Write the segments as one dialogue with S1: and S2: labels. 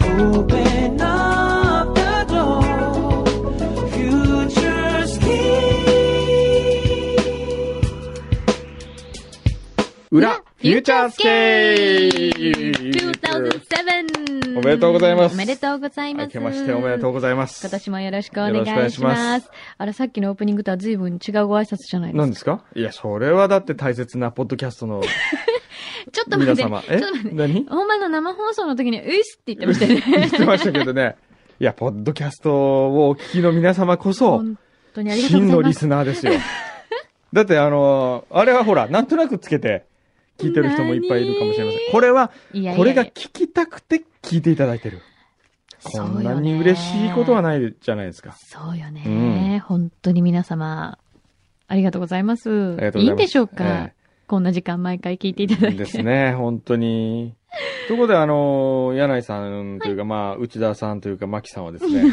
S1: Open up the door. Future's key.
S2: 裏、フューチャースケープお
S3: 2007!
S2: めでとうございます
S3: おめでとうございます。
S2: 明けましておめでとうございます。
S3: 今年もよろしくお願いし
S2: よろ
S3: ま
S2: し
S3: す。
S2: くお願いします
S3: あれ、さっきのオープニングとは随分違うご挨拶じゃないです
S2: 何ですかいや、それはだって大切なポッドキャス トの
S3: か。ちょっと待
S2: 皆
S3: って。ち
S2: 様。
S3: ょっ
S2: え
S3: と待って。
S2: 何
S3: ほんまの生放送の時に、ういっすって言ってましたよ
S2: 言っ
S3: ね。
S2: てましたけどね。いや、ポッドキャストをお聞きの皆様こそ、
S3: 本当にありがとう
S2: 真
S3: ござ
S2: の
S3: いま
S2: リ
S3: す。
S2: スナー ですよ。だって、あの、あれはほら、なんとなくつけて聞いてる人もいっぱいいるかもしれません。
S3: 何
S2: これは、
S3: いやいやいや
S2: これが聞きたくて聞いていただいてる。こんなに嬉しいことは
S3: ない。
S2: ないじゃないですか。
S3: そうよね、
S2: うん
S3: 本当に皆様、ありがとうございます。
S2: ありがとうございます
S3: んでしょうか、
S2: ええ
S3: こんな時間毎回聞いていただいて。
S2: ですね、本当に。ということで、あの、柳井さんというか、まあ、内田さんというか、牧さんはですね、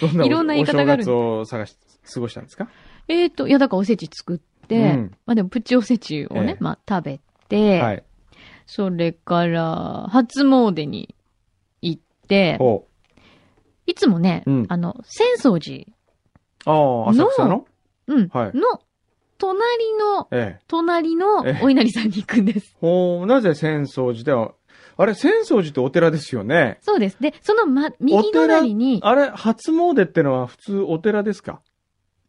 S2: どんなお
S3: いろんな言い方がある
S2: お正月を探し、過ごしたんですか
S3: えーと、いや、だからおせち作って、
S2: うん
S3: まあでもプチおせちをね
S2: ええ、
S3: まあ食べて、
S2: はい。
S3: それから、初詣に行って、
S2: ほう。
S3: いつもね、
S2: うん
S3: あの、浅草寺、
S2: ああ、浅草の
S3: うん、
S2: はい
S3: の、隣の、
S2: ええ。
S3: 隣の
S2: ええ
S3: お稲荷さんに行くんです。
S2: ほう、なぜ浅草寺では、あれ、浅草寺ってお寺ですよね。
S3: そうです。で、その、ま、右隣に、
S2: あれ、初詣ってのは普通お寺ですか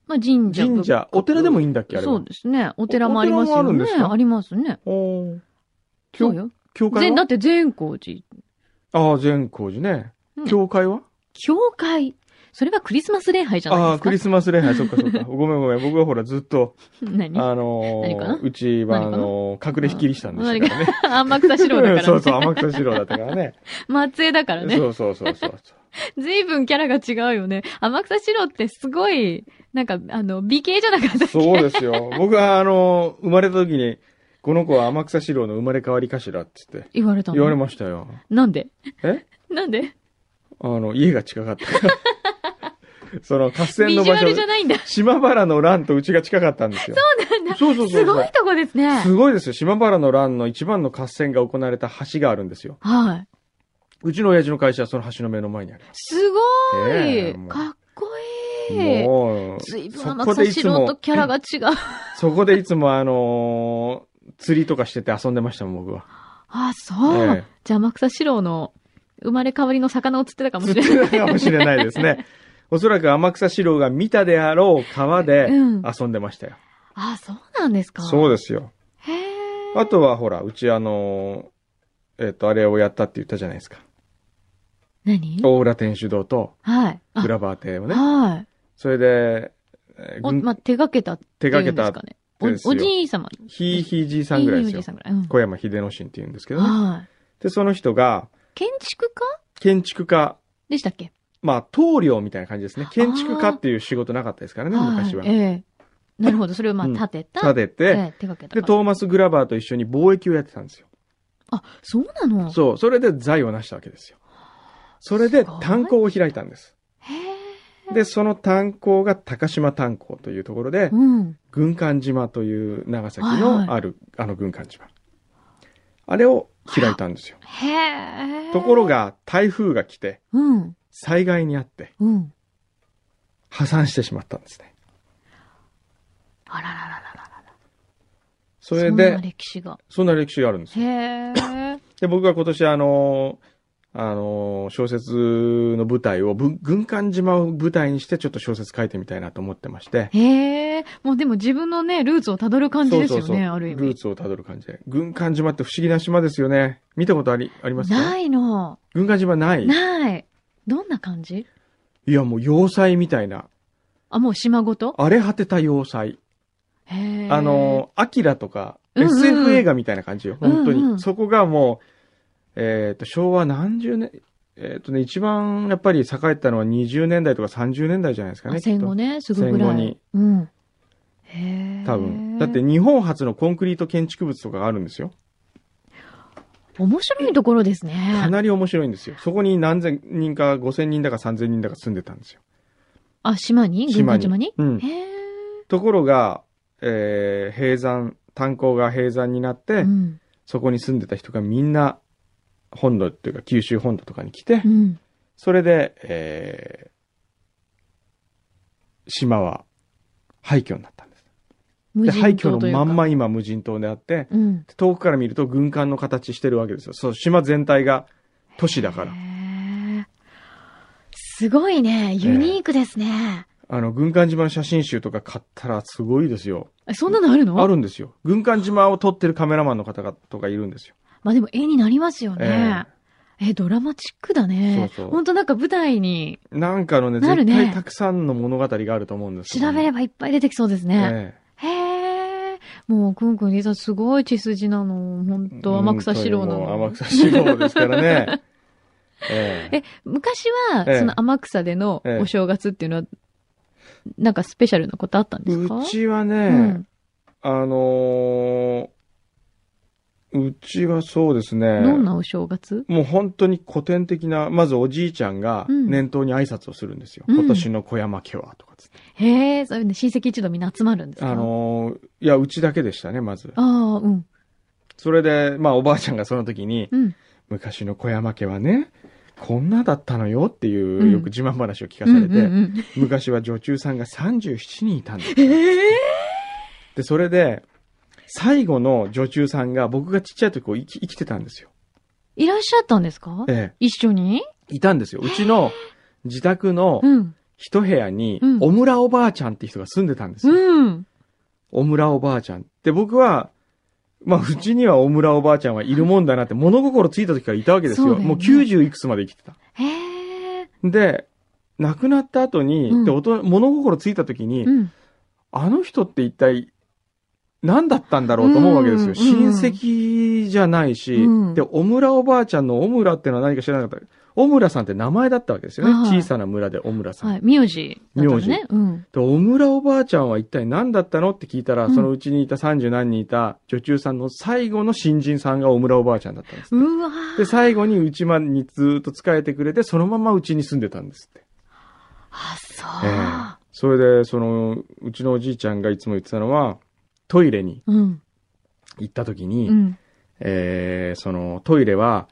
S3: まあ、神社。
S2: 神社、お寺でもいいんだっけあれは。
S3: そうですね。お寺もありますよ
S2: お寺もあるんで
S3: ね。
S2: す
S3: あ
S2: か
S3: りますね。
S2: ほう
S3: そう
S2: 教
S3: よ。
S2: 教会
S3: 全だ
S2: は
S3: って善光寺。
S2: ああ、善光寺ね
S3: う。ん
S2: 教会は
S3: 教会。それはクリスマス礼拝じゃな
S2: あ
S3: いで
S2: あ、
S3: すか。
S2: クリスマス礼拝、そっかそっか。ごめんごめん。僕はほら、ずっと、
S3: 何
S2: あの
S3: 何かな
S2: ー、うちは、あ
S3: 何かな
S2: のー、隠れひきりしたんですからね。
S3: 天草四郎だから、ね。
S2: そうそう、天草四郎だったからね。
S3: 松 江だからね
S2: そ。うそうそうそう。
S3: 随分キャラが違うよね。天草四郎ってすごい、なんか、あの、美形じゃなかったっけ
S2: そうですよ。僕は、あのー、生まれた時に、この子は天草四郎の生まれ変わりかしらって言って、
S3: 言われたの
S2: 言われましたよ。
S3: なんで
S2: え
S3: なんで
S2: あの、家が近かったから。 その、合戦
S3: ビ
S2: の
S3: ジュ
S2: 場
S3: ア
S2: 所
S3: ルじ、ゃないんだ。
S2: 島原の乱とうちが近かったんですよ。
S3: なんだ。
S2: そうそうそうそう
S3: すごいとこですね。
S2: すごいですよ。島原の乱の一番の合戦が行われた橋があるんですよ。
S3: はい。
S2: うちの親父の会社はその橋の目の前にある。
S3: すご
S2: ええ
S3: い
S2: もう
S3: かっこいい
S2: もう、
S3: 随分
S2: そ
S3: 天
S2: こでい
S3: 草
S2: つ
S3: 四郎と
S2: も、
S3: キャラが違う。
S2: そこでいつもあのー釣りとかしてて遊んでましたもん、 僕は。
S3: あ、そう。
S2: ええ
S3: じゃあ、天草四郎の生まれ変わりの魚を釣ってたかもし
S2: 釣って
S3: れな
S2: た
S3: い。
S2: かもしれないです ね。おそらく天草四郎が見たであろう川で
S3: うん
S2: 遊んでましたよ。
S3: あ、そうなんですか。
S2: そうですよ。
S3: へえ。
S2: あとはほら、うちあのーえっ、と、あれをやったって言ったじゃないですか。
S3: 何
S2: 大浦天主堂と
S3: はい。あ
S2: 浦和亭をね。
S3: はい。
S2: それで、えー
S3: お、
S2: 軍
S3: まあ、手掛けたって
S2: 手
S3: 言
S2: 掛
S3: うん
S2: け
S3: で
S2: た
S3: すかね。
S2: ですよ
S3: おおじい様。
S2: ひいひいじいさんぐらいです
S3: いい
S2: よ
S3: おじい。さんぐらい。うん
S2: 小山秀之進って言うんですけどね、
S3: はい。
S2: で、その人が、
S3: 建築家
S2: 建築家、
S3: でしたっけ
S2: まあ、棟梁みたいな感じですね。建築家っていう仕事なかったですからね、昔は。
S3: いええなるほど。それをまあ、
S2: うん
S3: 建てた。
S2: 建て
S3: え
S2: て、
S3: え手掛けた
S2: で、
S3: から。
S2: トーマス・グラバーと一緒に貿易をやってたんですよ。
S3: あ、そうなの
S2: そう、それで財を成したわけですよ。それです
S3: ごい
S2: 炭鉱を開いたんです。
S3: へえ。
S2: で、その炭鉱が高島炭鉱というところで
S3: う、ん。
S2: 軍艦島という長崎
S3: はい
S2: の
S3: はい
S2: ある、あの軍艦島。あれを開いたんですよ。
S3: へえ。
S2: ところ。が、台風が来て、
S3: うん。
S2: 災害にあって、
S3: うん。
S2: 破産してしまったんですね。
S3: あらららららら。
S2: それ
S3: んな
S2: で、
S3: 歴史が。
S2: そんな歴史があるんですよ
S3: へえ。
S2: で、僕は今年あのー、あのー、小説の舞台を、ぶ軍艦島を舞台にしてちょっと小説書いてみたいなと思ってまして。
S3: へえ。もうでも自分のね、ルーツをたどる感じですよね、ある意
S2: ルー
S3: 味。
S2: ツをたどる感じで。軍艦島って不思議な島ですよね。見たことあり、ありますか
S3: ないの。
S2: 軍艦島ない
S3: ない。どんな感じ
S2: いや、もう要塞みたいな。
S3: あ、もう島ごと
S2: 荒れ果てた要塞。
S3: へえ。
S2: あの、アキラとか、
S3: うんうん
S2: SF 映画みたいな感じよ。本当に。
S3: うんうん
S2: そこがもう、えっ、と、昭和何十年、えっ、とね、一番やっぱり栄えたのは20年代とか30年代じゃないですかね。
S3: あ戦後
S2: ね。
S3: ね、すぐぐらい。
S2: 戦後に
S3: うん。へえ。
S2: 多分。だって、日本初のコンクリート建築物とかがあるんですよ。
S3: 面白いところです
S2: か
S3: ね。
S2: なり面白いんですよ。そこに何千人か、五千人だか三千人だか住んでたんですよ。
S3: あ、島に軍艦島に
S2: うん。
S3: へえ。
S2: ところが、えー、閉山、炭鉱が閉山になって、
S3: うん。
S2: そこに住んでた人がみんな本土っていうか九州本土とかに来て
S3: う、ん。
S2: それで、えー島は廃墟になったんです。
S3: 無
S2: で、廃
S3: 人
S2: 墟
S3: 島という
S2: の
S3: か。
S2: まんま今無人島であって、
S3: うん。
S2: 遠くから見ると軍艦の形してるわけですよ。そう、島全体が都市だから。
S3: へーすごいね。ユニークですね。
S2: あの、軍艦島の写真集とか買ったらすごいですよ。
S3: えそんなのあるの
S2: あるんですよ。軍艦島を撮ってるカメラマンの方がとかいるんですよ。
S3: まあでも絵になりますよね。
S2: え
S3: え、ドラマチックだね。
S2: そうそう
S3: ほんとなんか舞台に
S2: えなんかのね、
S3: なる
S2: 絶
S3: ね
S2: 対たくさんの物語があると思うんです
S3: 調べれ
S2: ば
S3: ばいっぱい出てきそうですね。
S2: ね。
S3: へえ。もう、くんくん、実はすごい血筋なの。本当天草四郎な
S2: うん
S3: の。
S2: というもう天草四郎ですから ね。ええ
S3: え、昔は、
S2: ええ
S3: その天草での
S2: ええ
S3: お正月っていうのは、なんかスペシャルなことあったんですか
S2: うちはね、
S3: うん。
S2: あのーうちはそうですね。
S3: どんなお正月
S2: もう本当に古典的な、まずおじいちゃんが
S3: うん
S2: 念頭に挨拶をするんですよ。
S3: うん
S2: 今年の小山家はとかつって。
S3: へえ、それで親戚一同みんな集まるんですか
S2: あ、のーいや、うちだけでしたね、まず。
S3: ああ、うん。
S2: それで、まあおばあちゃんがその時に、
S3: うん。
S2: 昔の小山家はね、こんなだったのよっていうう、
S3: ん
S2: よく自慢話を聞かされて、
S3: うん うんうん
S2: 昔は女中さんが37人いたんです。
S3: ええ
S2: で、それで、最後の女中さんが僕がちっちゃい時こう生き生きてたんですよ。
S3: いらっしゃったんですか
S2: ええ。
S3: 一緒に
S2: いたんですよ。うちの自宅の
S3: うん。
S2: 一部屋に
S3: うん、
S2: 小村おばあちゃんって人が住んでたんですよ。
S3: うん。
S2: 小村おばあちゃん。で、僕は、まあ、うちには小村おばあちゃんはいるもんだなって物心ついた時からいたわけですよ。
S3: そうだよね
S2: もう90いくつまで生きてた。
S3: へえ。
S2: で、亡くなった後に、
S3: うん
S2: で大人物心ついた時に、
S3: うん。
S2: あの人って一体何だったんだろうと思うわけですよ。
S3: うん
S2: 親戚じゃないし、
S3: うん
S2: で、小村おばあちゃんの小村ってのは何か知らなかった。小村さんって名前だったわけですよね。
S3: はい
S2: 小さな村で小村さん。
S3: はい。名字だったのね。
S2: 苗
S3: うん。
S2: で、小村おばあちゃんは一体何だったのって聞いたら、
S3: うん
S2: そのうちにいた30何人いた女中さんの最後の新人さんが小村おばあちゃんだったんです。
S3: うわー
S2: で、最後にうちまでにずっと仕えてくれて、そのままうちに住んでたんですって。
S3: あ、そう。
S2: ええそれで、その、うちのおじいちゃんがいつも言ってたのは、トイレに
S3: うん。
S2: 行った時に、
S3: うん。
S2: えーそのトイレは、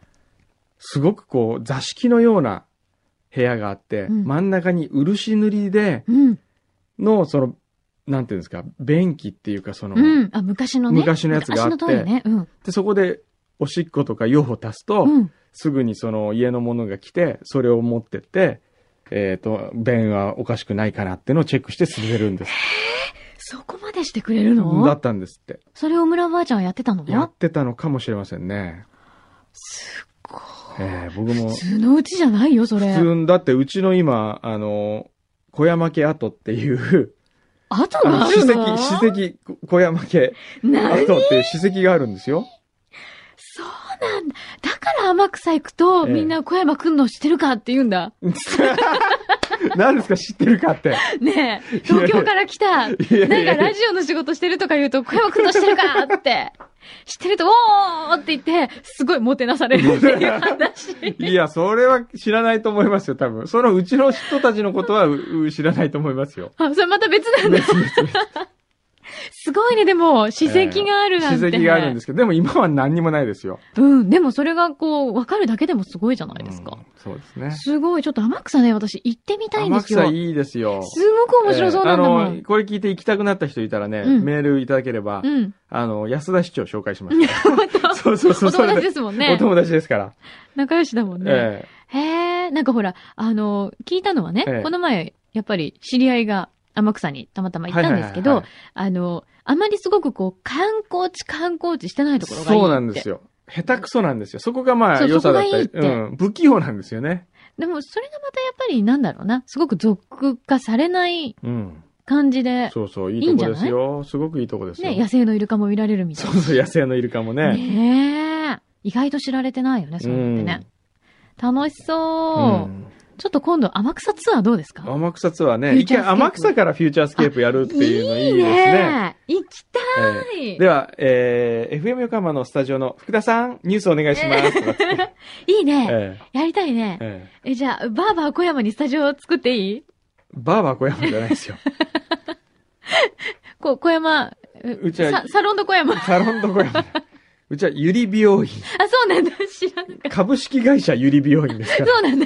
S2: すごくこう、座敷のような部屋があって、
S3: うん
S2: 真ん中に漆塗りで
S3: うん。
S2: の、その、なんていうんですか、便器っていうか、その、
S3: うん。あ、昔のね。
S2: 昔のやつがあって
S3: 昔のトイレね。うん。
S2: で、そこで、おしっことか用を足すと、
S3: うん。
S2: すぐにその家の者が来て、それを持ってって、えっ、と、便はおかしくないかなってのをチェックして進めるんです。
S3: そこまでしてくれる
S2: だ
S3: の
S2: ったんですって。
S3: それを村ばあちゃんはやってたの
S2: やってたのかもしれませんね。
S3: すっごい。
S2: えー僕も。
S3: 普通のうちじゃないよ、それ。
S2: 普通だってうちの今、あの、小山家跡っていう、
S3: 後
S2: あ
S3: が
S2: の、
S3: あ
S2: 史
S3: るの
S2: 跡、史跡、小山家跡
S3: 何
S2: っていう史跡があるんですよ。
S3: そうなんだ。だから天草行くと、
S2: ええ
S3: みんな小山くんの知ってるかって言うんだ。
S2: 何ですか知ってるかって。
S3: ねえ、東京から来た。なんか
S2: いやいやいや
S3: ラジオの仕事してるとか言うと、小山くんの知ってるかって。知ってると、おーって言って、すごいもてなされるっていう 話。
S2: いや、それは知らないと思いますよ、多分。そのうちの人たちのことはうう知らないと思いますよ。
S3: あ、それまた別 なんだ。
S2: 別々
S3: すごいね、でも、史跡があるなんて。
S2: 史跡があるんですけど、でも今は何にもないですよ。
S3: うん、でもそれがこう、わかるだけでもすごいじゃないですか
S2: うん。そうですね。
S3: すごい、ちょっと天草ね、私行ってみたいん
S2: 天
S3: ですよ。
S2: 草いいですよ。
S3: すごく面白そうなんだも
S2: えーあ
S3: ん
S2: の、。これ聞いて行きたくなった人いたらね、
S3: うん
S2: メールいただければ、
S3: うん。
S2: あの、安田市長紹介します。 そうそうそう。
S3: お友達
S2: それ
S3: ですもんね
S2: お。友達ですから。
S3: 仲良しだもんね。
S2: え
S3: へえ、なんかほら、あの、聞いたのはね
S2: ええ、
S3: この前、やっぱり知り合いが天草にたまたま
S2: え
S3: 行ったんです
S2: はい
S3: け
S2: は
S3: ど
S2: いはいはい、
S3: あの、あまりすごくこう、観光地観光地してないところがいいって。
S2: そうなんですよ。下手くそなんですよ。そこがまあ
S3: そう
S2: 良さだったり。
S3: そこがいいって
S2: ん。不器用なんですよね。
S3: でも、それがまたやっぱりなんだろうな、すごく俗化されない
S2: うん。
S3: 感じで、
S2: そうそう。い
S3: いい
S2: い
S3: ん
S2: と
S3: じゃ
S2: こ
S3: な
S2: で
S3: い
S2: すよ。すごくいいとこですよ。
S3: ね、野生のイルカも見られるみたい
S2: そ
S3: な
S2: う。そう、野生のイルカもね。
S3: ねえ。意外と知られてないよね、そうやってね。楽しそう、
S2: うん
S3: ちょっと今度、天草ツアーどうですか
S2: 天草ツアーね。
S3: フュ
S2: 一
S3: ーチャースケ
S2: 回
S3: ープ
S2: 天草からフューチャースケープやるっていうのいいですね。
S3: いいね行きた
S2: え
S3: い
S2: えでは、えー FM 横浜のスタジオの福田さん、ニュースお願いします。
S3: いいね、
S2: ええ
S3: やりたいね。
S2: ええ
S3: え、じゃあ、バーバー小山にスタジオを作っていい
S2: バーバー小山じゃないですよ。
S3: こ小山、
S2: うちは
S3: ササロンド小山。
S2: サロンド小山。うちはゆり美容院。
S3: あ、そうなんだ。知 らなかっ
S2: 株式会社ゆり美容院ですか
S3: た。
S2: ら。
S3: そうなんだ。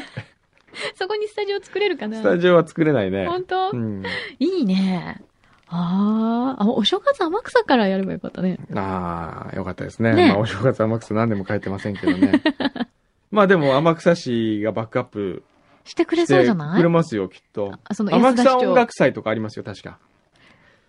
S3: そこにスタジオ作れるかな
S2: スタジオは作れないね。
S3: 本当、
S2: うん。
S3: いいね。あーあ、お正月天草からやればよかったね。
S2: ああ、よかったですね。
S3: ね
S2: まあ、お正月天草何でも書いてませんけど ね。まあでも、天草市がバックアップ
S3: してくれ
S2: し
S3: そう
S2: て
S3: じゃな
S2: くれ
S3: い
S2: ますよ、きっと。
S3: あその
S2: 天
S3: 安田市
S2: 草
S3: 長
S2: 音楽祭とかありますよ、確か。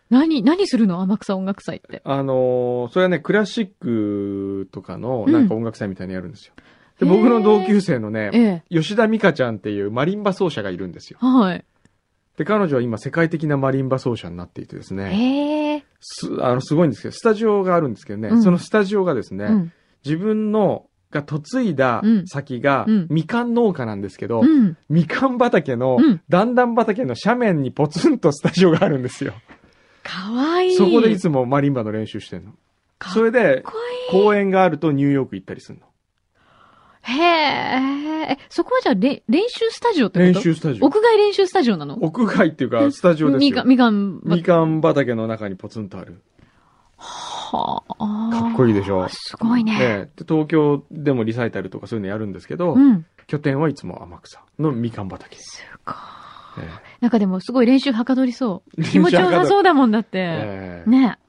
S3: 何、何するの天草音楽祭って。
S2: あのーそれはね、クラシックとかの、なんか音楽祭みたいにやるんですよ。
S3: うん
S2: で、僕の同級生の
S3: え
S2: ね、
S3: え。
S2: 吉田美香ちゃんっていうマリンバ奏者がいるんですよ。
S3: はい。
S2: で、彼女は今世界的なマリンバ奏者になっていてですね、
S3: ええ。
S2: す、あの、すごいんですけど、スタジオがあるんですけどね、
S3: うん
S2: そのスタジオがですね、
S3: うん。
S2: 自分のが嫁いだ
S3: うん
S2: 先が、
S3: うん
S2: みかん農家なんですけど、
S3: うん。
S2: みかん畑の、
S3: うん
S2: 段々畑の斜面にポツンとスタジオがあるんですよ。
S3: かわいい。
S2: そこでいつもマリンバの練習してんの。
S3: か
S2: それで、
S3: かっこいい。
S2: 公演があるとニューヨーク行ったりするの。
S3: へえ。えそこはじゃあれ練習スタジオってこと
S2: 練習スタジオ。
S3: 屋外練習スタジオなの
S2: 屋外っていうか、スタジオです
S3: みか
S2: よ
S3: ん、。みかん、
S2: みかん畑の中にポツンとある。
S3: はあ。
S2: かっこいいでしょ。
S3: すごい
S2: ね
S3: ね。
S2: で東京でもリサイタルとかそういうのやるんですけど、
S3: うん。
S2: 拠点はいつも天草のみかん畑。
S3: すごい。
S2: え
S3: なんかでもすごい練習はかどりそう。
S2: 練習
S3: 気持ちよ さそうだもんだって。
S2: えええ
S3: ねえ。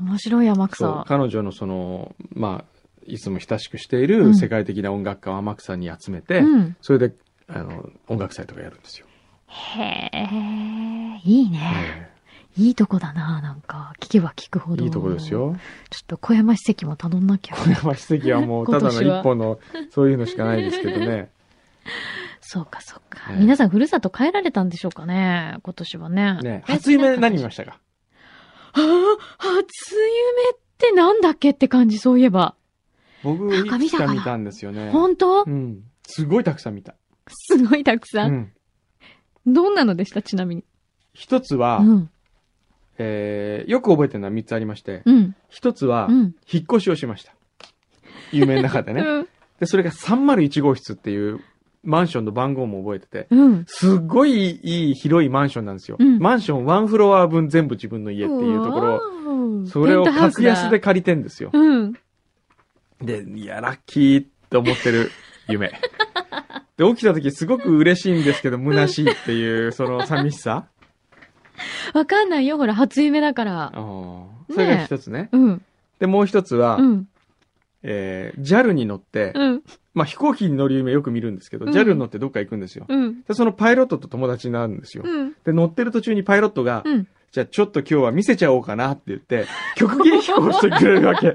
S3: 面白い天
S2: そう
S3: 草。
S2: 彼女のその、まあ、いつも親しくしていうる
S3: ん
S2: 世界的な音楽家を天草に集めて、
S3: うん。
S2: それであの音楽祭とかやるんですよ。
S3: へえ、いいね。
S2: え
S3: いいとこだな、なんか。聞けば聞くほ
S2: え
S3: ど。
S2: いいとこです。よ。
S3: ちょっと小山史跡も頼んなきゃ。
S2: 小山史跡はも うただの一本のそういうのしかないですけどね。
S3: そうか、そうか。
S2: ええ
S3: 皆さん、ふるさと帰られたんでしょうかね今年はね。
S2: ね初夢何見ま
S3: し
S2: したか
S3: たはあ、初夢ってなんだっけって感じ、そういえば。
S2: 僕、
S3: ないんか
S2: く
S3: 見
S2: つ
S3: たか
S2: か
S3: な
S2: 見たんですよね。
S3: 本当
S2: うん。すごいたくさん見た。
S3: すごいたくさ。
S2: うんん。
S3: どんなのでした、ちなみに。
S2: 一つは、
S3: うん。
S2: えーよく覚えてるのは三つありまして、
S3: うん。
S2: 一つは
S3: う、ん。
S2: 引っ越しをしました。夢の中で
S3: う
S2: ね。
S3: ん。
S2: で、それが301号室っていうマンションの番号も覚えてて、
S3: うん。
S2: すっごいいい広いマンションなんですよ。
S3: うん
S2: マンションワンフロア分全部自分の家っていうところ、
S3: ろ
S2: それを格安で。借りてんですよ。
S3: うん。
S2: で、いや、ラッキーって思ってる 夢。で、起きた時すごく嬉しいんですけど、虚しいっていう、その寂しさ。
S3: わかんないよ、ほら、初夢だから。
S2: うんそれが一つね。
S3: うん。
S2: で、もう一つは、
S3: うん。
S2: えー、JAL に乗って、
S3: うん。
S2: まあ飛行機に乗る夢よく見るんですけど、
S3: うん
S2: JAL に乗ってどっか行くんですよ。
S3: うん。
S2: で、そのパイロットと友達になるんですよ。
S3: うん。
S2: で、乗ってる途中にパイロットが、
S3: うん。
S2: じゃあちょっと今日は見せちゃおうかなって言って、極限飛行してくれるわけ。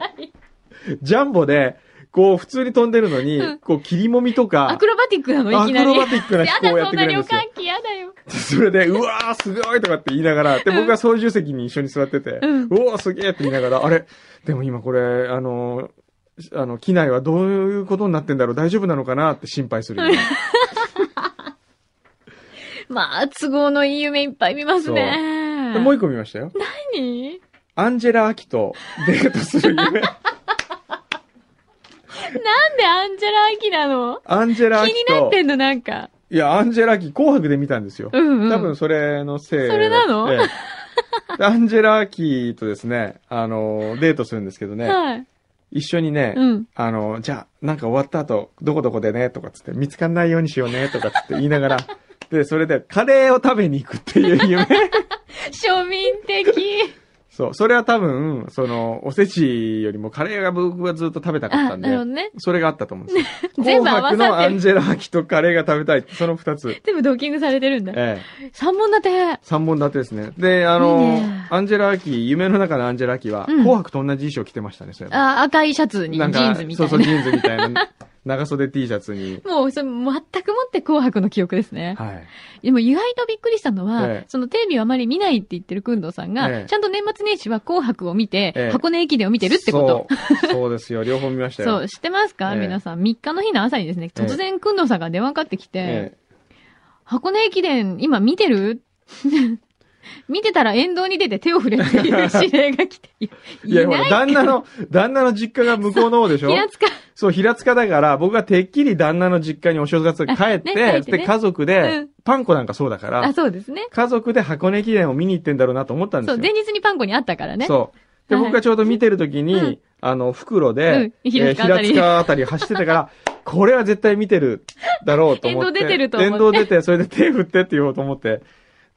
S2: ジャンボで、こう普通に飛んでるのに、
S3: うん
S2: こう切りもみと
S3: ア
S2: か、
S3: クロバティックなの、
S2: ア
S3: いき
S2: ク
S3: なり。
S2: ロバティックな
S3: や
S2: 飛
S3: だ、
S2: 行をやっ
S3: そん
S2: てく
S3: な
S2: れるんで
S3: 旅
S2: すよ
S3: 客。機、やだよ。
S2: それで、うわーすごいとかって言いながら、で、僕が操縦席に一緒に座ってて、
S3: う
S2: うんおーすげーって言いながら、あれ、でも今これ、あのー、あの、機内はどういうことになってんだろう大丈夫なのかなって心配するよね。
S3: まあ、都合のいい夢いっぱい見ますね。
S2: でもう一個見ましたよ。
S3: 何
S2: アンジェラ・アキとデートする夢。
S3: なんでアンジェラ・アキなの
S2: アンジェラ・ア
S3: 気
S2: キ
S3: になっ
S2: と、
S3: てんの、なんか。
S2: いや、アンジェラ・アキ、紅白で見たんですよ。
S3: うんうん。
S2: 多分それのせい。
S3: それなの
S2: ええでアンジェラ・アキとですね、あの、デートするんですけどね、
S3: はい。
S2: 一緒にね、
S3: うん。
S2: あの、じゃあ、なんか終わった後、どこどこでね、とかつって、見つかんないようにしようね、とかつって言いながら、 で、それで、カレーを食べに行くっていう 夢。
S3: 庶民 的。
S2: そう、それは多分、その、おせちよりもカレーが僕はずっと食べたかった
S3: あ、
S2: ん
S3: な
S2: で
S3: るほど、ね。
S2: それがあったと思うんですよ。
S3: 全部合
S2: 紅
S3: わ
S2: 白の
S3: さ
S2: ア
S3: って
S2: ン
S3: る。
S2: ジェラ・アキとカレーが食べたい。その二つ。
S3: 全部ドッキングされてるんだ。
S2: ええ。
S3: 三本立て。
S2: 三本立てですね。で、あの、
S3: いいね
S2: アンジェラ・アキ、夢の中のアンジェラ・アキは、
S3: うん
S2: 紅白と同じ衣装着てましたね、それは
S3: あ、赤いシャツにジ
S2: なんか
S3: ーンズみたいな。
S2: そうそう、ジーンズみたいな。長袖 T シャツ に。
S3: もう、それ、全くもって紅白の記憶ですね。
S2: はい。
S3: でも、意外とびっくりしたのは、
S2: ええ
S3: そのテレビをあまり見ないって言ってるくんどうさんが、
S2: ええ
S3: ちゃんと年末年始は紅白を見て、
S2: ええ
S3: 箱根駅伝を見てるってこと。
S2: そう。そうですよ。両方見ました
S3: そう
S2: よ。
S3: 知ってますか、
S2: ええ
S3: 皆さん。3日の日の朝にですね、
S2: ええ
S3: 突然くんどうさんが電話かかってきて、
S2: え
S3: 箱根駅伝今見てる 見てたら沿道に出て手を振れっていう指令が来て、
S2: え
S3: い
S2: いや、
S3: い
S2: ほ
S3: ない
S2: ら、旦那の、旦那の実家が向こうの方でしょ
S3: 平塚。
S2: そう、平塚だから、僕がてっきり旦那の実家にお正月帰っ
S3: あね帰
S2: て、
S3: ってね
S2: で、家族
S3: う
S2: で
S3: ん、
S2: パン粉なんかそうだか
S3: あ、
S2: ら、
S3: そうですね。
S2: 家族で箱根駅伝を見に行ってんだろうなと思ったんで
S3: そ
S2: す
S3: う、
S2: よ。
S3: 前日にパン粉にあったからね。
S2: そう。で、
S3: はい
S2: 僕がちょうど見てる時
S3: うん
S2: に、あの、袋で、
S3: うん平塚
S2: えー
S3: あたり
S2: 塚あたり走ってた から、これは絶対見てるだろうと思って。
S3: 沿道出てると思って
S2: 沿道出て、それで手振ってって言おうと思って、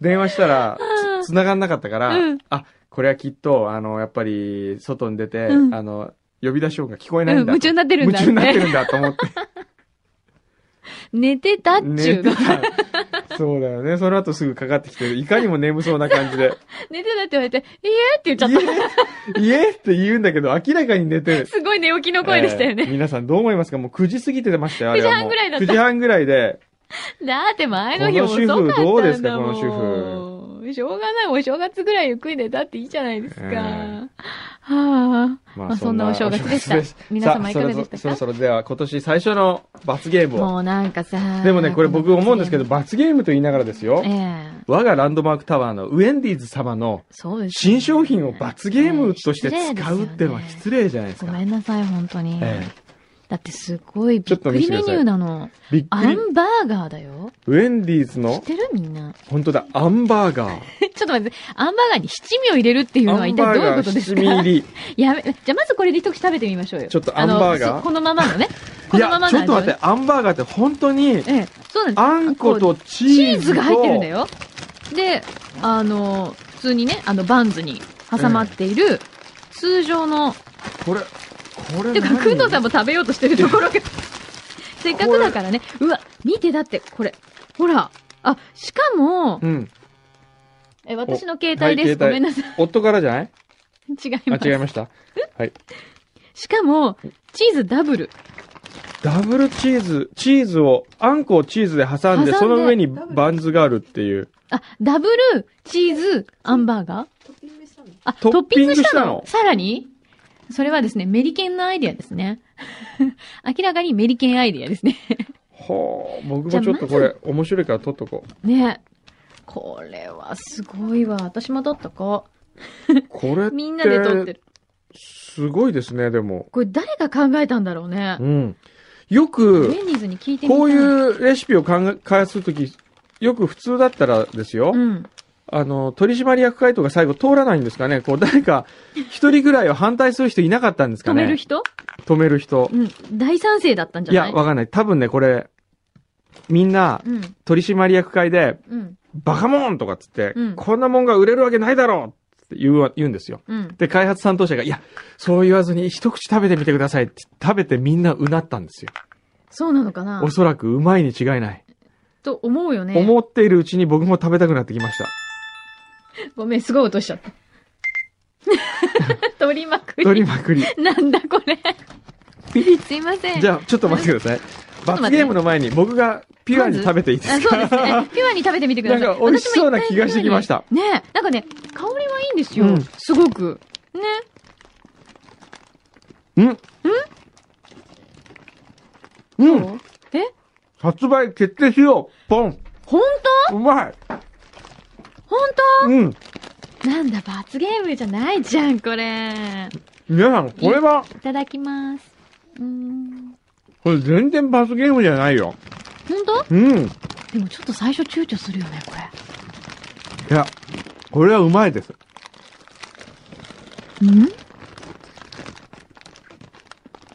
S2: 電話したら、つ繋がんなかったから、
S3: うん
S2: あ、これはきっと、あの、やっぱり、外に出て、
S3: うん
S2: あの、呼び出し音が聞こえないんだ。
S3: うん夢中になってるんだ
S2: 夢中になってるんだと思 って。
S3: 寝てたっちゅ
S2: 寝
S3: う
S2: て
S3: が。
S2: た。そうだよね。その後すぐかかってきて、いかにも眠そうな感じで。
S3: 寝てたって言われて、いえ って言っちゃっ
S2: いえって言うんだけど、明らかに寝てる
S3: た。。すごい寝起きの声でしたよ
S2: えー
S3: ね。
S2: 皆さんどう思いますかもう9時過ぎてましたよ、あれはもう。
S3: 9時半ぐらいだった
S2: 9時半ぐらいで。
S3: だって前の日遅かったんだもん。
S2: この主婦どうですかこの主
S3: しょうがない。お正月ぐらいゆっくり寝たっていいじゃないですか。
S2: ええ
S3: はあ。まあそんなお正月でした
S2: お正月
S3: 皆様いかがでしたか
S2: さあそろそろそろそろでは今年最初の罰ゲームを。
S3: もうなんかさ。
S2: でもね、これ僕思うんですけど、、罰ゲームと言いながらですよ
S3: え。え
S2: 我がランドマークタワーのウェンディーズ様の
S3: そうです。
S2: 新商品を罰ゲームとして
S3: ええ
S2: 使うってのは失礼じゃないです
S3: ご
S2: か。
S3: めんなさい、本当に。
S2: ええ
S3: だってすごい
S2: ちょ
S3: びっ
S2: っと
S3: く
S2: 見せ
S3: り
S2: てく
S3: メ
S2: ださい
S3: ニューなの。
S2: びっく
S3: ア
S2: り。
S3: ンバーガーだよ。
S2: ウェンディーズ
S3: 知っ
S2: の、
S3: てるみんな。
S2: 本当だ、アンバーガー。
S3: ちょっと待って、アンバーガーに七味を入れるっていうの
S2: ア
S3: は
S2: ン
S3: 一
S2: バー
S3: 体どういう
S2: ガ
S3: こ
S2: ー
S3: とです
S2: 七
S3: か
S2: 味入り。
S3: やめ、じゃあまずこれで一口食べてみましょうよ。
S2: ちょっとアンバーガー
S3: あのそこのままのね。こ
S2: い
S3: の
S2: や
S3: まま、
S2: ち
S3: の
S2: ょっ
S3: 味
S2: と
S3: を
S2: 待っ
S3: ね
S2: て、アンバーガーって本当に、
S3: ええ、そうなんです。
S2: あんことチ
S3: チ
S2: ー
S3: ー
S2: ズ
S3: ズ
S2: と
S3: が入ってるんだよ。で、あの、普通にね、あの、バンズに挟まっている、通常の、
S2: これ、これ
S3: てか、
S2: 何
S3: くんどうさんも食べようとしてる ところが、せっかくだからね、うわ、見てだって、これ、ほら、あ、しかも、
S2: うん。
S3: え私の携帯です。
S2: は
S3: ご
S2: い
S3: めんなさい。
S2: 夫からじゃない
S3: 違いま
S2: あ、
S3: す。
S2: 違いました。
S3: しかも、チーズダブル。
S2: ダブルチーズ、チーズを、あんこをチーズで挟んで、
S3: 挟んで
S2: その上にバンズがあるっていう。
S3: あ、ダブルチーズアンバーガーあ、
S2: ト
S3: ト
S2: ッ
S3: ッ
S2: ピ
S3: ピ
S2: ン
S3: ン
S2: グ
S3: グ
S2: し
S3: したた
S2: の
S3: のさらにそれはですね、メリケンのアイディアですね。 明らかにメリケンアイディアですね。
S2: ほー、僕
S3: じゃ
S2: も
S3: あ
S2: ちょっとこれ、面白いから取っとこう。
S3: ねこれはすごいわ。私も撮っとこ
S2: これっ
S3: う。みんなで撮っ
S2: て、
S3: てる。
S2: すごいですね、でも。
S3: これ誰が考えたんだろうね
S2: う。ん。よ
S3: ウ
S2: く、
S3: ェンディーズに聞いてみたい。。
S2: こういううレシピを考え、開発するとき、よく普通だったらですよ。
S3: うん。
S2: あの、取締役会とか最後通らないんですかねこう、 誰か、一人ぐらいは反対する人いなかったんです
S3: 止
S2: かね
S3: める人
S2: 止める人。
S3: うん。大賛成だったんじ
S2: い
S3: ゃな
S2: や、
S3: い
S2: わかんない。多分ね、これ、みんな、
S3: うん。
S2: 取締役会で、
S3: うん。
S2: バカモンとかっつって、
S3: うん
S2: こんなもんが売れるわけないだろうって言うわ、言うんですよ。
S3: うん。
S2: で、開発担当者が、いや、そう言わずに一口食べてみてくださいって、食べてみんなうなったんですよ。
S3: そうなのかな
S2: おそらくうまいに違いない。
S3: と思うよね。
S2: 思っているうちに僕も食べたくなってきました。
S3: ごめん、すごい音し ちゃった。取りまくり。
S2: 取りまくり。
S3: なんだこれ。すいません。
S2: じ
S3: あ、
S2: ゃあ、ちょっと待ってください。罰ゲームの前に僕がピュアに食べていいです
S3: そう
S2: か
S3: ですね。ピュアに食べてみてください。
S2: なんか美味しそうな気がしてきました
S3: 私も一回ねえ、なんかね、香りはいいんですよ。
S2: うん
S3: すごく。ね。
S2: うんう
S3: そ
S2: ん
S3: うえ
S2: 発売決定しようポン
S3: 本
S2: うまい
S3: 当本
S2: うん
S3: 当なんだ、罰ゲームじゃないじゃん、これ。
S2: 皆さん、これは、
S3: いただきます。うーん。
S2: これ全然罰ゲームじゃないよ。
S3: 本当
S2: うん。い
S3: でもちょっと最初躊躇するよね、これ。
S2: や、これはうまいです。
S3: うん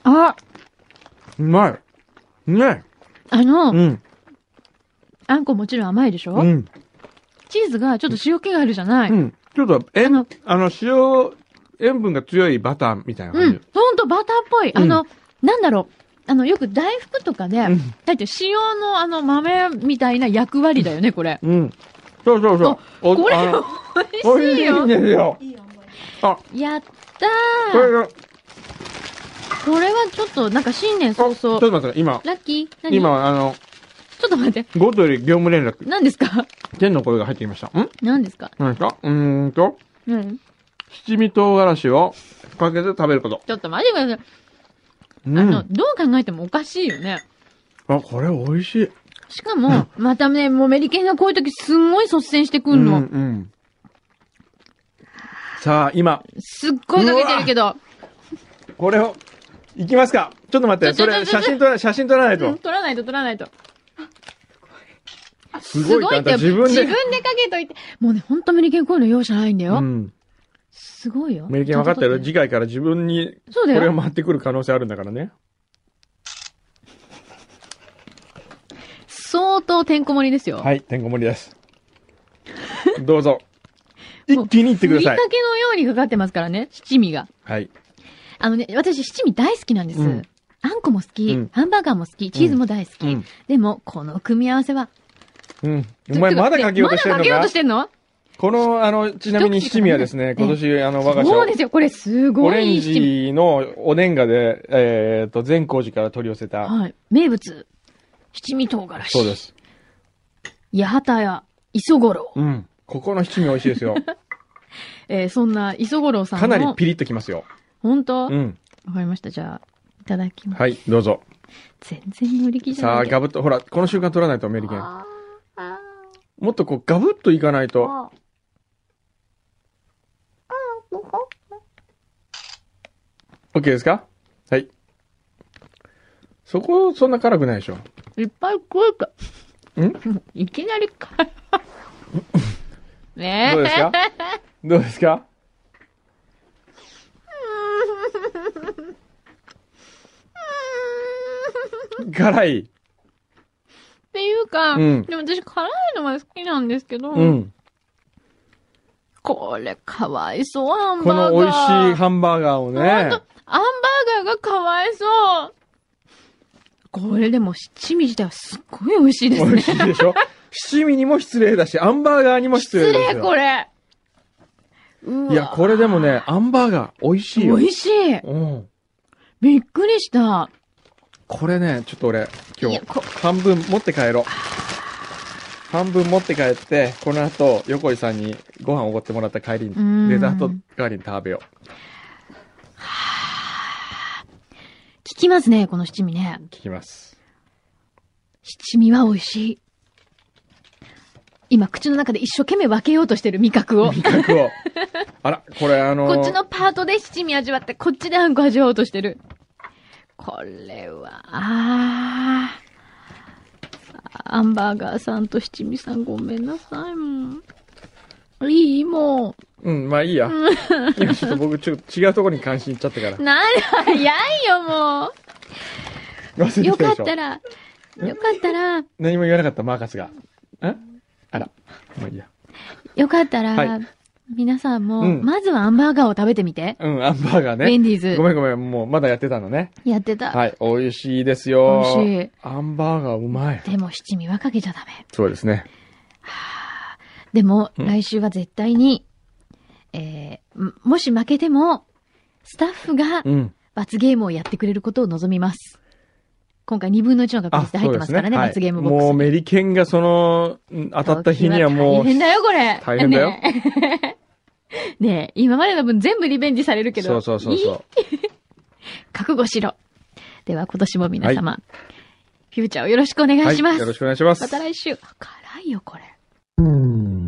S3: あ、
S2: うまい。ね
S3: あの、
S2: うん。
S3: あんこもちろん甘いでしょ
S2: うん。
S3: チーズがちょっと塩気があるじゃない。
S2: う
S3: うん。
S2: ん。ちょっと、え
S3: あの
S2: あの、塩、塩分が強いバターみたいな
S3: ほ
S2: 感
S3: ん
S2: じ。
S3: とバターっぽい。あの、なんだろう。あの、よく大福とかで、
S2: ん
S3: だって塩のあの豆みたいな役割だよね、これ。
S2: うん。そうそうそう。お
S3: これ
S2: あの、
S3: 美味しい
S2: 美味しいん
S3: よ。
S2: ですよ。
S3: やった
S2: これ
S3: ー。
S2: が、
S3: これはちょっと、なんか新年
S2: あ
S3: 早
S2: ちょっ
S3: 々。
S2: と待って、今、
S3: ラッキー何
S2: 今、あの、
S3: ちょっと待って。
S2: ゴトより業務連絡、
S3: 何ですか
S2: 天の声が入ってきました。ん
S3: 何ですか
S2: 何ですかうーんと、
S3: うん。
S2: 七味唐辛子をかけて食べること。
S3: ちょっと待ってください。
S2: うん。
S3: あの、
S2: あ、
S3: どう考えてもおかしいよね。
S2: これ美味しい。
S3: しかも、またね、もうメリケンがこういう時すんごい率先してく
S2: うんん、う
S3: の。
S2: ん。さあ、今、
S3: すっごいかけてるけど。
S2: これを、いきますか。ちょっと待って、
S3: ち
S2: そ
S3: ょちょ
S2: れ、
S3: ちょ
S2: 写
S3: ちょ
S2: 真撮らない、写真撮らない
S3: うん
S2: と。
S3: 取らないと取らないと。
S2: すごいって、あんた自分で。
S3: 自分でかけといて。もうね、ほんとメリケンこういうの容赦ないんだよ。
S2: うん。
S3: すごいよ。
S2: メリケン分かったよ。
S3: ちゃんと撮
S2: 次回から自分に
S3: てそう
S2: こ
S3: だ
S2: れが
S3: よ。
S2: 回ってくる可能性あるんだからね。
S3: 相当てんこ盛りですよ。
S2: はい、てんこ盛りです。どうぞ。一気にいって
S3: ふ
S2: くだ
S3: り
S2: さ
S3: か
S2: い。
S3: けのようにかかってますからね、七味が。
S2: はい。
S3: あのね、私七味大好きなんです。
S2: うん
S3: あんこも好き、
S2: うん
S3: ハンバーガーも好き、チーズも大好き。
S2: うん。
S3: でも、この組み合わせは。
S2: うん。お前まだかけようとしてるの
S3: まだかけよう
S2: か
S3: としてんの
S2: この、あの、ちなみに七味はですね、
S3: 一口
S2: 今
S3: で
S2: 年、あの、我が社
S3: そう、ですよ、これす
S2: オ
S3: ご
S2: レ
S3: い
S2: ン
S3: い七味。
S2: ジのお年賀で、えっと、善光寺から取り寄せた。
S3: はい。名物、七味唐辛子。
S2: そうで。す。
S3: 八幡屋、磯五郎。
S2: うん。ここの七味美味しいです よ。
S3: えーそんな磯五郎さん
S2: か
S3: の。
S2: なりピリッときますよ。
S3: 本当わ
S2: う
S3: か
S2: ん。
S3: りました。じゃあ、いただきます。
S2: はい、どうぞ。
S3: 全然乗り気じゃない。
S2: さあ、
S3: けど
S2: ガブッと、ほら、この習慣取らないと、アメリケン。
S3: あーあ
S2: もっとこう、ガブッといかないと。
S3: ー
S2: オッケーですかはい。そこ、そんな辛くないでしょ。
S3: いっぱい食うか。
S2: ん
S3: いきなり か。 ねえ。
S2: どうですかどうですか辛い。
S3: っていうか、
S2: うん
S3: でも私辛いのは好きなんですけど、
S2: うん。
S3: これかわいそう、ハン
S2: こ
S3: バーガー。
S2: の美味しいハンバーガーをね
S3: ほん。とハンバーガーがかわいそう。これでも七味自体はすっごい美味しいです
S2: 美味
S3: ね。
S2: しいでしょ七味にも失礼だし、ハンバーガーにも失礼
S3: 失
S2: です
S3: 礼、
S2: よ。
S3: これ。うわ
S2: いや、これでもね、ハンバーガー、美味しい
S3: 美
S2: よ。
S3: 味しい。
S2: うん。
S3: びっくりした。
S2: これね、ちょっと俺、今
S3: い
S2: 日
S3: や、こ
S2: 半分持って帰ろう。半分持って帰って、この後、横井さんにご飯おごってもらった帰りに、
S3: うん
S2: デザート代わりに食べよ
S3: 聞きますね、この七味ね
S2: う。。聞きます。
S3: 七味は美味しい。今、口の中で一生懸命分けようとしてる味覚 を。
S2: 味覚を。あら、これあのー
S3: こっちのパートで七味味わって、こっちであんこ味わおうとしてる。これは、あー。アンバーガーさんと七味さんごめんなさい、もう。いいも
S2: うん、まあいいや。今ちょっと僕、ちょっと違うところに関心いっちゃったから
S3: う。。なんだ、早いよ、 も
S2: 忘
S3: う。
S2: れ
S3: よ
S2: てた
S3: か
S2: でし
S3: っ
S2: ょ
S3: た。ら、よかったら、
S2: 何も言わなかった、マーカスが。んあら。まあいいや。
S3: よかったら、
S2: はい
S3: 皆さんも、
S2: うん
S3: まずはアンバーガーを食べてみて。
S2: うん、ハンバーガー
S3: ウェン
S2: ね。
S3: ディー
S2: ご
S3: ズ、
S2: めんごめん、もうまだやってたのね。
S3: やってた。
S2: はい、美味しいですよ。
S3: 美味しい。
S2: ハンバーガーうまい。
S3: でも七味はかけちゃダメ。
S2: そうですね。
S3: でも、
S2: うん
S3: 来週は絶対に、えーんもし負けても、スタッフが
S2: うん。
S3: 罰ゲームをやってくれることを望みます。今回2分の1の確率で入ってますからね、
S2: はい
S3: 罰ゲームボックス
S2: もう
S3: に。
S2: メリケンがその、ん当たった日にはも
S3: 大変だよ、これ。
S2: 大変だよ
S3: ねえねえ、今までの分全部リベンジされるけ
S2: う、
S3: ど。
S2: そうそうそうそ。
S3: いう覚悟しろ。では、今年も皆様、フューチャーをよろしくお願いします。
S2: はい、よろしくお願いします。
S3: また来週。あ辛いよ、これ。
S2: うん